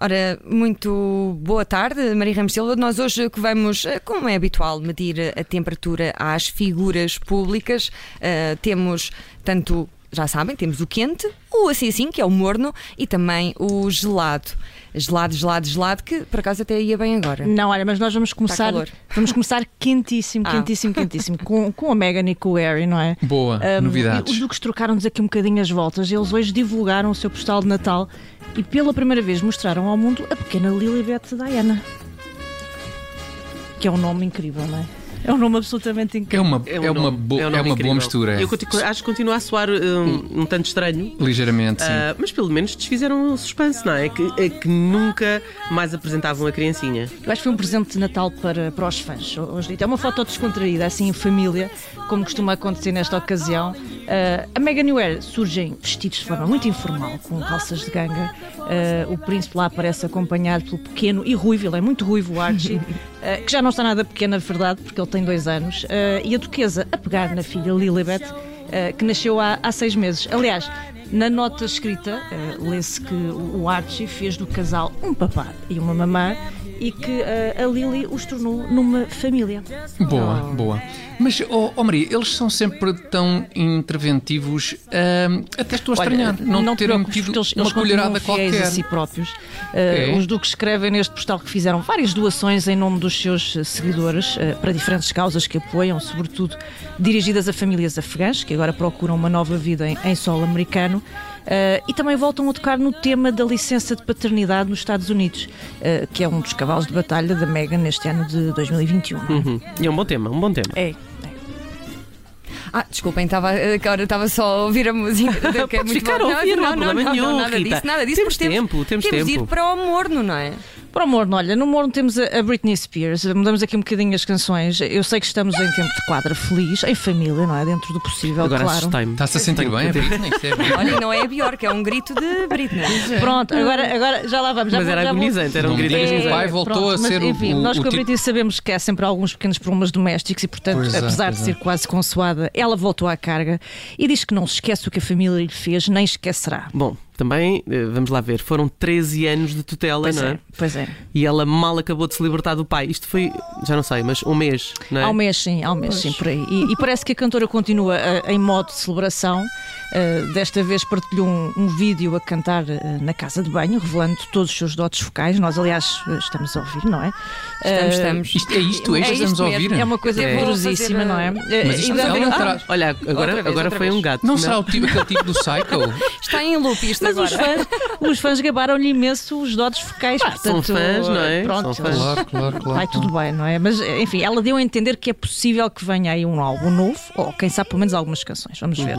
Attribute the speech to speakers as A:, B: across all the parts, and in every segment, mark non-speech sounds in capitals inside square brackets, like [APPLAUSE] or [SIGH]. A: Ora, muito boa tarde, Maria Ramos Silva. Nós hoje que vamos, eh, como é habitual, medir a temperatura às figuras públicas. Eh, temos tanto, já sabem, temos o quente, o assim assim, que é o morno, e também o gelado. Gelado, gelado, gelado, que por acaso até ia bem agora.
B: Hum.
C: Não, olha, mas nós vamos começar.
A: calor.
C: vamos [LAUGHS] começar quentíssimo,
A: Ah.
C: quentíssimo, quentíssimo. com, com a Megan e com o Harry, não é?
D: Boa,
C: Ahm, e Os
D: novidades.
C: Duques trocaram-nos aqui um bocadinho as voltas. Eles hoje divulgaram o seu postal de Natal e pela primeira vez mostraram ao mundo a pequena Lilibet Diana. Que é um nome incrível, não é? É um nome absolutamente
D: É
C: incrível.
D: uma, é
B: um
D: uma,
B: nome-
D: bo-
B: um
D: é
B: nome
D: uma boa
B: incrível.
D: mistura.
B: Eu conti- acho que continua a soar um, um tanto estranho.
D: Ligeiramente, sim.
B: ah, mas pelo menos desfizeram um suspense, não é? Que, é que nunca mais apresentavam a criancinha.
C: Eu acho que foi um presente de Natal para, para os fãs. Hoje é uma foto descontraída, assim em família, como costuma acontecer nesta ocasião. Ah, a Megan e o Harry surgem vestidos de forma muito informal, com calças de ganga. Ah, o príncipe lá aparece acompanhado pelo pequeno e ruivo, ele é muito ruivo, o Archie, ah, que já não está nada pequeno, na verdade, porque ele tem dois anos. Ah, e a duquesa a pegar na filha Lilibet, ah, que nasceu há, há seis meses. Aliás, na nota escrita, eh, lê-se que o o Archie fez do casal um papá e uma mamã e que eh, a Lily os tornou numa família.
D: Boa,
C: Oh.
D: boa. Mas, oh, oh, Maria, eles são sempre tão interventivos. ahm, até estou a estranhar não,
C: não te
D: terem
C: preocupes,
D: metido
C: porque eles,
D: uma
C: eles continuam
D: colherada
C: fiéis
D: qualquer.
C: a si próprios. Eh,
D: É.
C: Os duques escrevem neste postal que fizeram várias doações em nome dos seus eh, seguidores eh, para diferentes causas que apoiam, sobretudo dirigidas a famílias afegãs que agora procuram uma nova vida em, em solo americano. Eh, e também voltam a tocar no tema da licença de paternidade nos Estados Unidos, eh, que é um dos cavalos de batalha da Meghan neste ano de 2021. não é?
B: Uhum. E é um bom tema, um bom tema.
C: É, é.
A: Ah, desculpem, estava, agora estava só a ouvir a
B: [LAUGHS]
A: música. que é muito
B: Podes ficar
A: boa.
B: a ouvir, não há problema nenhum,
A: nada
B: Rita.
A: disso, nada disso.
B: Temos
A: porque
B: tempo, temos
A: de
B: tempo.
A: ir para o morno, não é?
C: Para o Morno, olha, no Morno temos a a Britney Spears, mudamos aqui um bocadinho as canções. Eu sei que estamos em tempo de quadra feliz, em família, não é? Dentro do possível,
B: Agora
C: claro.
B: assustei-me.
D: Está-se a sentir bem, a Britney?
C: [LAUGHS]
D: Isto é Britney.
A: Olha, não é a Bjork, é um grito de é? Britney.
B: [LAUGHS] Eh,
C: Pronto, agora, agora já lá vamos. Já
B: Mas
C: vou-
B: era
C: já vou-
B: agonizante, era um
D: Não me
B: grito
D: digas que o
B: agonizante.
D: pai voltou
C: Pronto,
D: a
C: mas,
D: ser o-
C: enfim,
D: o,
C: Nós com
D: o
C: a
D: tipo.
C: Britney sabemos que há sempre alguns pequenos problemas domésticos e, portanto,
D: Pois é,
C: apesar
D: pois
C: de ser
D: é.
C: quase consoada, ela voltou à carga e diz que não se esquece o que a família lhe fez, nem esquecerá.
B: Bom, também, eh, vamos lá ver, foram 13 anos de tutela,
C: Pois
B: não é?
C: é, pois é.
B: E ela mal acabou de se libertar do pai. Isto foi, já não sei, mas um mês, não é?
C: Há um mês, sim, há um mês, sim, por aí. E, e parece que a cantora continua ah, em modo de celebração. Ah, desta vez partilhou um, um vídeo a cantar ah, na casa de banho, revelando todos os seus dotes focais. Nós, aliás, ah, estamos a ouvir, não é?
A: Estamos,
C: Ah,
A: estamos.
D: Isto é isto, é isto que estamos a
A: mesmo,
D: ouvir.
C: É uma coisa
B: É.
C: dolorosíssima, não
A: eh,
C: é? Ah,
D: Mas isto
C: ainda-
D: ela não terá-
B: Olha, agora,
A: Outra vez,
B: agora
A: outra
B: foi
A: vez.
B: um gato.
D: Não será o tipo, aquele tipo do psycho?
C: [LAUGHS]
A: Está em loop isto
C: Mas os
A: agora.
C: fãs, os fãs gabaram-lhe imenso os dotes focais.
B: são
C: portanto,
B: fãs, não é?
C: Pronto,
B: São fãs.
D: Claro, claro, claro.
C: Vai tudo bem, não é? Mas, enfim, ela deu a entender que é possível que venha aí um álbum novo, ou quem sabe pelo menos algumas canções. Vamos ver.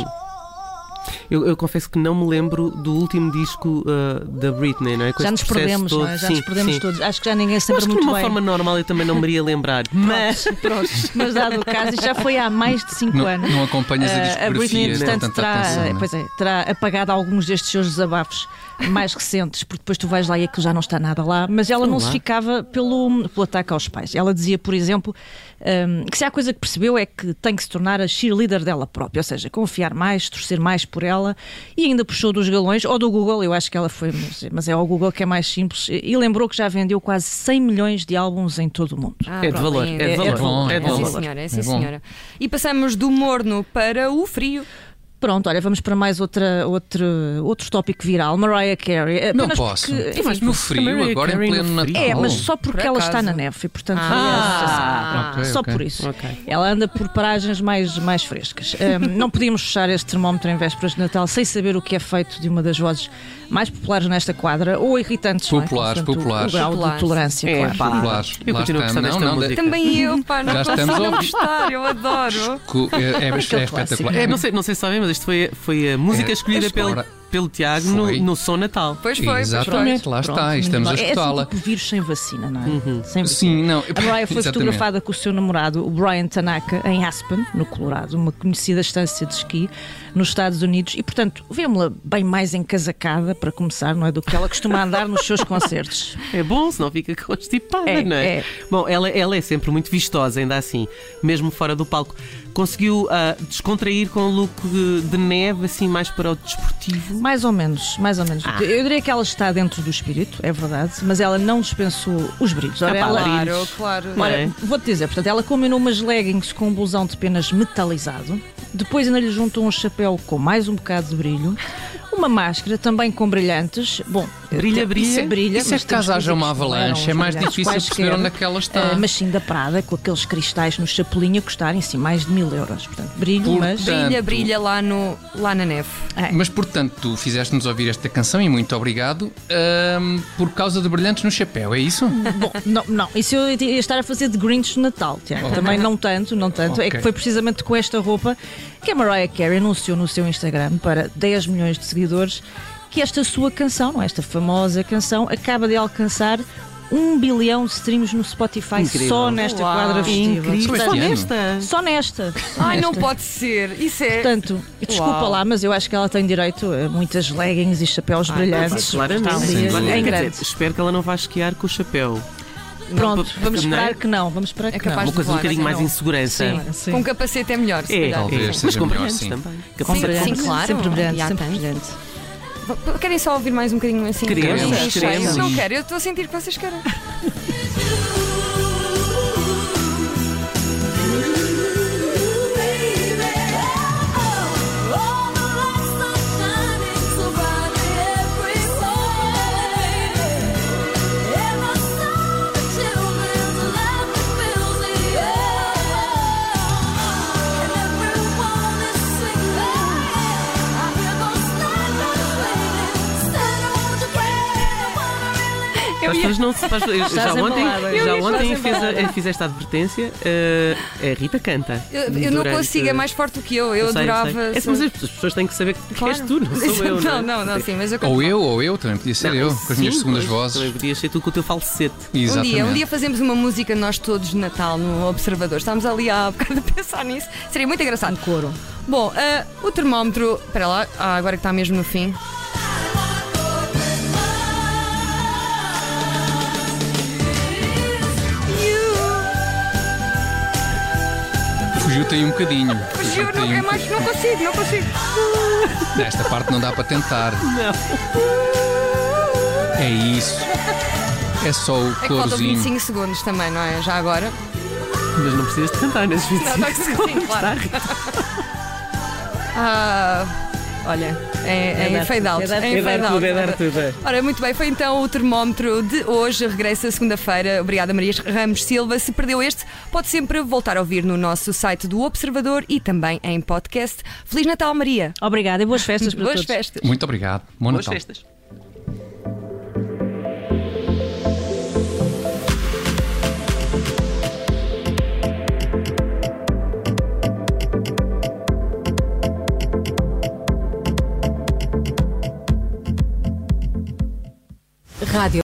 B: Eu, eu confesso que não me lembro do último disco uh, da Britney, não é? Com
C: Já
B: este
C: nos
B: processo
C: perdemos,
B: todo.
C: não é? Já
B: Sim,
C: nos perdemos
B: sim.
C: todos. Acho que já ninguém se
B: Mas
C: lembra
B: que de
C: muito
B: uma
C: bem.
B: forma normal eu também não me
C: [LAUGHS]
B: iria lembrar. Mas
C: Pronto, [LAUGHS] mas dado o caso, isto já foi há mais de 5
D: Não,
C: anos.
D: não acompanhas a
C: Ah,
D: discografia
C: a Britney,
D: com
C: entretanto,
D: tanta
C: terá,
D: atenção, não é?
C: pois é, terá apagado alguns destes seus desabafos mais recentes, porque depois tu vais lá e aquilo já não está nada lá. Mas ela não se ficava pelo, pelo ataque aos pais. Ela dizia, por exemplo, hum, que se há coisa que percebeu é que tem que se tornar a cheerleader dela própria, ou seja, confiar mais, torcer mais por ela. E ainda puxou dos galões, ou do Google, eu acho que ela foi, mas- mas é ao Google que é mais simples. E e lembrou que já vendeu quase 100 milhões de álbuns em todo o mundo.
A: Ah,
B: É de
A: pronto,
B: valor, é de valor,
D: é de
A: sim,
D: valor.
A: senhora, é sim,
D: É bom.
A: senhora. E passamos do morno para o frio.
C: Pronto, olha, vamos para mais outra, outro, outro tópico viral. Mariah Carey. É
D: Não
C: Apenas
D: posso. Oh.
C: porque-
D: Tu vais no frio,
B: Mariah
D: agora em
B: Carey no
D: pleno
B: frio.
D: Natal.
C: É, mas só porque
A: Por
C: ela
A: acaso.
C: está na neve e, portanto, foi
A: Ah,
C: essa sensação.
D: ok,
C: só
D: ok.
C: por isso.
B: Ok.
C: Ela anda por paragens mais, mais frescas. Ahm, não podíamos fechar este termómetro em vésperas de Natal sem saber o que é feito de uma das vozes mais populares nesta quadra ou irritantes. não é?
D: Populares,
C: Portanto,
D: populares.
C: O grau
A: Populares.
C: de tolerância,
B: É,
C: claro.
B: pá.
D: Lá-
B: eu
D: lá
B: continuo a
D: está.
B: gostar
D: Não,
B: desta
D: não,
B: música.
A: Também eu, pá, não
D: Já
A: posso
D: estamos a
A: não
D: ouvir.
A: gostar, eu adoro.
C: [LAUGHS]
D: Co- É, é, é espetacular.
C: clássico,
D: É,
B: Não sei, não sei se sabem, mas isto foi, a- foi a música
D: É,
B: escolhida
D: agora-
B: pelo, pelo Tiago no,
D: Foi.
B: no Som Natal.
A: Pois foi,
D: Exatamente, lá
C: Pronto,
D: está, e estamos a
C: muito bem. É
D: escutá-la. Uhum.
C: assim tipo vírus sem vacina, não é? Sem vacina.
D: Sim, não.
C: A Mariah foi
D: exatamente.
C: fotografada com o seu namorado, o Brian Tanaka, em Aspen, no Colorado, uma conhecida estância de esqui nos Estados Unidos. E, portanto, vemos-la bem mais encasacada, para começar, não é? Do que ela costuma andar nos seus
D: [LAUGHS]
C: concertos.
B: É bom, senão fica [LAUGHS] constipada,
C: É,
B: não é?
C: é.
B: Bom, ela, ela é sempre muito vistosa, ainda assim, mesmo fora do palco. Conseguiu ah, descontrair com o look de, de neve, assim, mais para o desportivo.
C: Mais ou menos, mais ou menos.
D: Ah.
C: Eu diria que ela está dentro do espírito, é verdade, mas ela não dispensou os brilhos. Ora,
B: Ah, pá,
C: ela-
B: lá.
A: Claro,
B: Maridos.
A: claro.
B: Não é?
C: Ora, vou-te dizer, portanto, ela combinou umas leggings com um blusão de penas metalizado, depois ainda lhe juntou um chapéu com mais um bocado de brilho, uma máscara também com brilhantes. Bom,
B: Brilha,
C: te-
B: brilha.
C: Isso é brilha.
D: Isso é
C: mas
D: que
C: temos
D: caso haja
C: que
D: uma
C: dizer que não
D: avalanche,
C: eram
D: é
C: uns brilhantes
D: mais difícil perceber
C: quaisquer,
D: onde é que ela está.
C: eh, mas sim da Prada, com aqueles cristais no chapelinho a custarem, sim, mais de mil euros. Portanto, brilho, mas...
D: Portanto,
A: Brilha, brilha lá, no, lá na neve.
D: Mas portanto, tu fizeste-nos ouvir esta canção e muito obrigado ahm, por causa de brilhantes no chapéu,
A: [LAUGHS]
D: é isso?
C: Bom, não, não, isso eu ia estar a fazer de Grinch de Natal, Tiago.
D: Ok.
C: Também não tanto, não tanto. É
D: Ok.
C: que foi precisamente com esta roupa que a Mariah Carey anunciou no seu Instagram para 10 milhões de seguidores que esta sua canção, não é? esta famosa canção, acaba de alcançar 1 bilhão de streams no Spotify
B: Incrível.
C: só nesta
A: Uau.
C: quadra festiva.
B: Incrível.
D: Pois
B: Só
D: é.
B: nesta.
C: Só nesta.
A: Ai, não
C: Nesta.
A: pode ser. Isso é.
C: Portanto, desculpa
A: Uau.
C: lá, mas eu acho que ela tem direito a muitas leggings e chapéus brilhantes.
B: Claramente.
C: Está ali,
B: Sim,
C: em
B: claro. Quer
C: grande.
B: dizer, espero que ela não vá esquiar com o chapéu.
C: Pronto,
B: Não,
C: vamos
B: não é?
C: esperar que não. Vamos esperar
A: É
C: que não.
A: capaz
B: Uma coisa um
A: voar,
B: bocadinho
A: não.
B: mais em segurança.
C: Sim, sim.
A: Com capacete é melhor, se
B: É,
A: calhar.
D: Talvez
B: é.
D: seja
B: mas
D: melhor,
B: com brilhantes
D: sim.
B: também.
A: Sim,
B: Capacete.
A: sim, claro.
C: Sempre brilhante,
A: E há
C: sempre
A: tanto.
C: brilhante.
A: Querem só ouvir mais um bocadinho assim?
B: Queremos,
A: Vocês querem?
B: queremos.
A: Não quero, eu estou a sentir que vocês querem.
B: Para as pessoas não se. para as- já ontem,
C: embalada.
B: já
A: Eu ia fazer
B: ontem fiz, a-
A: embalada.
B: fiz esta advertência. eh, a Rita canta.
A: Eu, eu não
B: durante-
A: consigo, é mais forte do que eu. Eu,
B: sei, sei.
A: adorava.
B: É, mas as pessoas têm que saber que
A: Claro.
B: és tu, não sou
A: [LAUGHS]
B: eu.
A: Não,
B: é?
A: não, não, sim, mas eu Um
D: Ou eu, ou eu, também podia ser
B: Não,
D: eu, com as minhas
B: sim,
D: segundas
B: pois, Também
D: vozes.
B: podias ser tu com o teu falsete.
A: Um
D: Exatamente.
A: dia, um dia fazemos uma música nós todos de Natal no Observador. Estamos ali há bocado a pensar nisso. Seria muito engraçado.
C: Couro.
A: Bom, ah, o termómetro. Espera lá, ah, agora que está mesmo no fim.
D: Fugiu-te aí um bocadinho.
A: Fugiu,
D: Fugiu-te
A: não,
D: aí um
A: é mais, não consigo, não consigo. É
D: bocadinho. Nesta parte não dá para tentar. É isso. É só o
A: É que faltam
D: corozinho.
A: 25 segundos também, não é? Já agora.
B: Mas não precisas de cantar nesses
A: Não,
B: 25
A: não, sim,
B: segundos,
A: claro.
B: tá, Rita?
A: Ah, olha, é, é, em
C: dar
A: fade
C: tudo,
A: out.
C: é dar
A: é em
B: tudo, é
A: fade
B: dar
A: out.
B: tudo, é dar tudo, é.
A: Ora, muito bem, foi então o termómetro de hoje. Regressa segunda-feira. Obrigada, Maria Ramos Silva. Se perdeu este, pode sempre voltar a ouvir no nosso site do Observador e também em podcast. Feliz Natal, Maria.
C: Obrigada e boas festas para
A: Boas
C: todos.
A: festas.
D: Muito obrigado. Bom
B: Boas
D: Natal.
B: festas.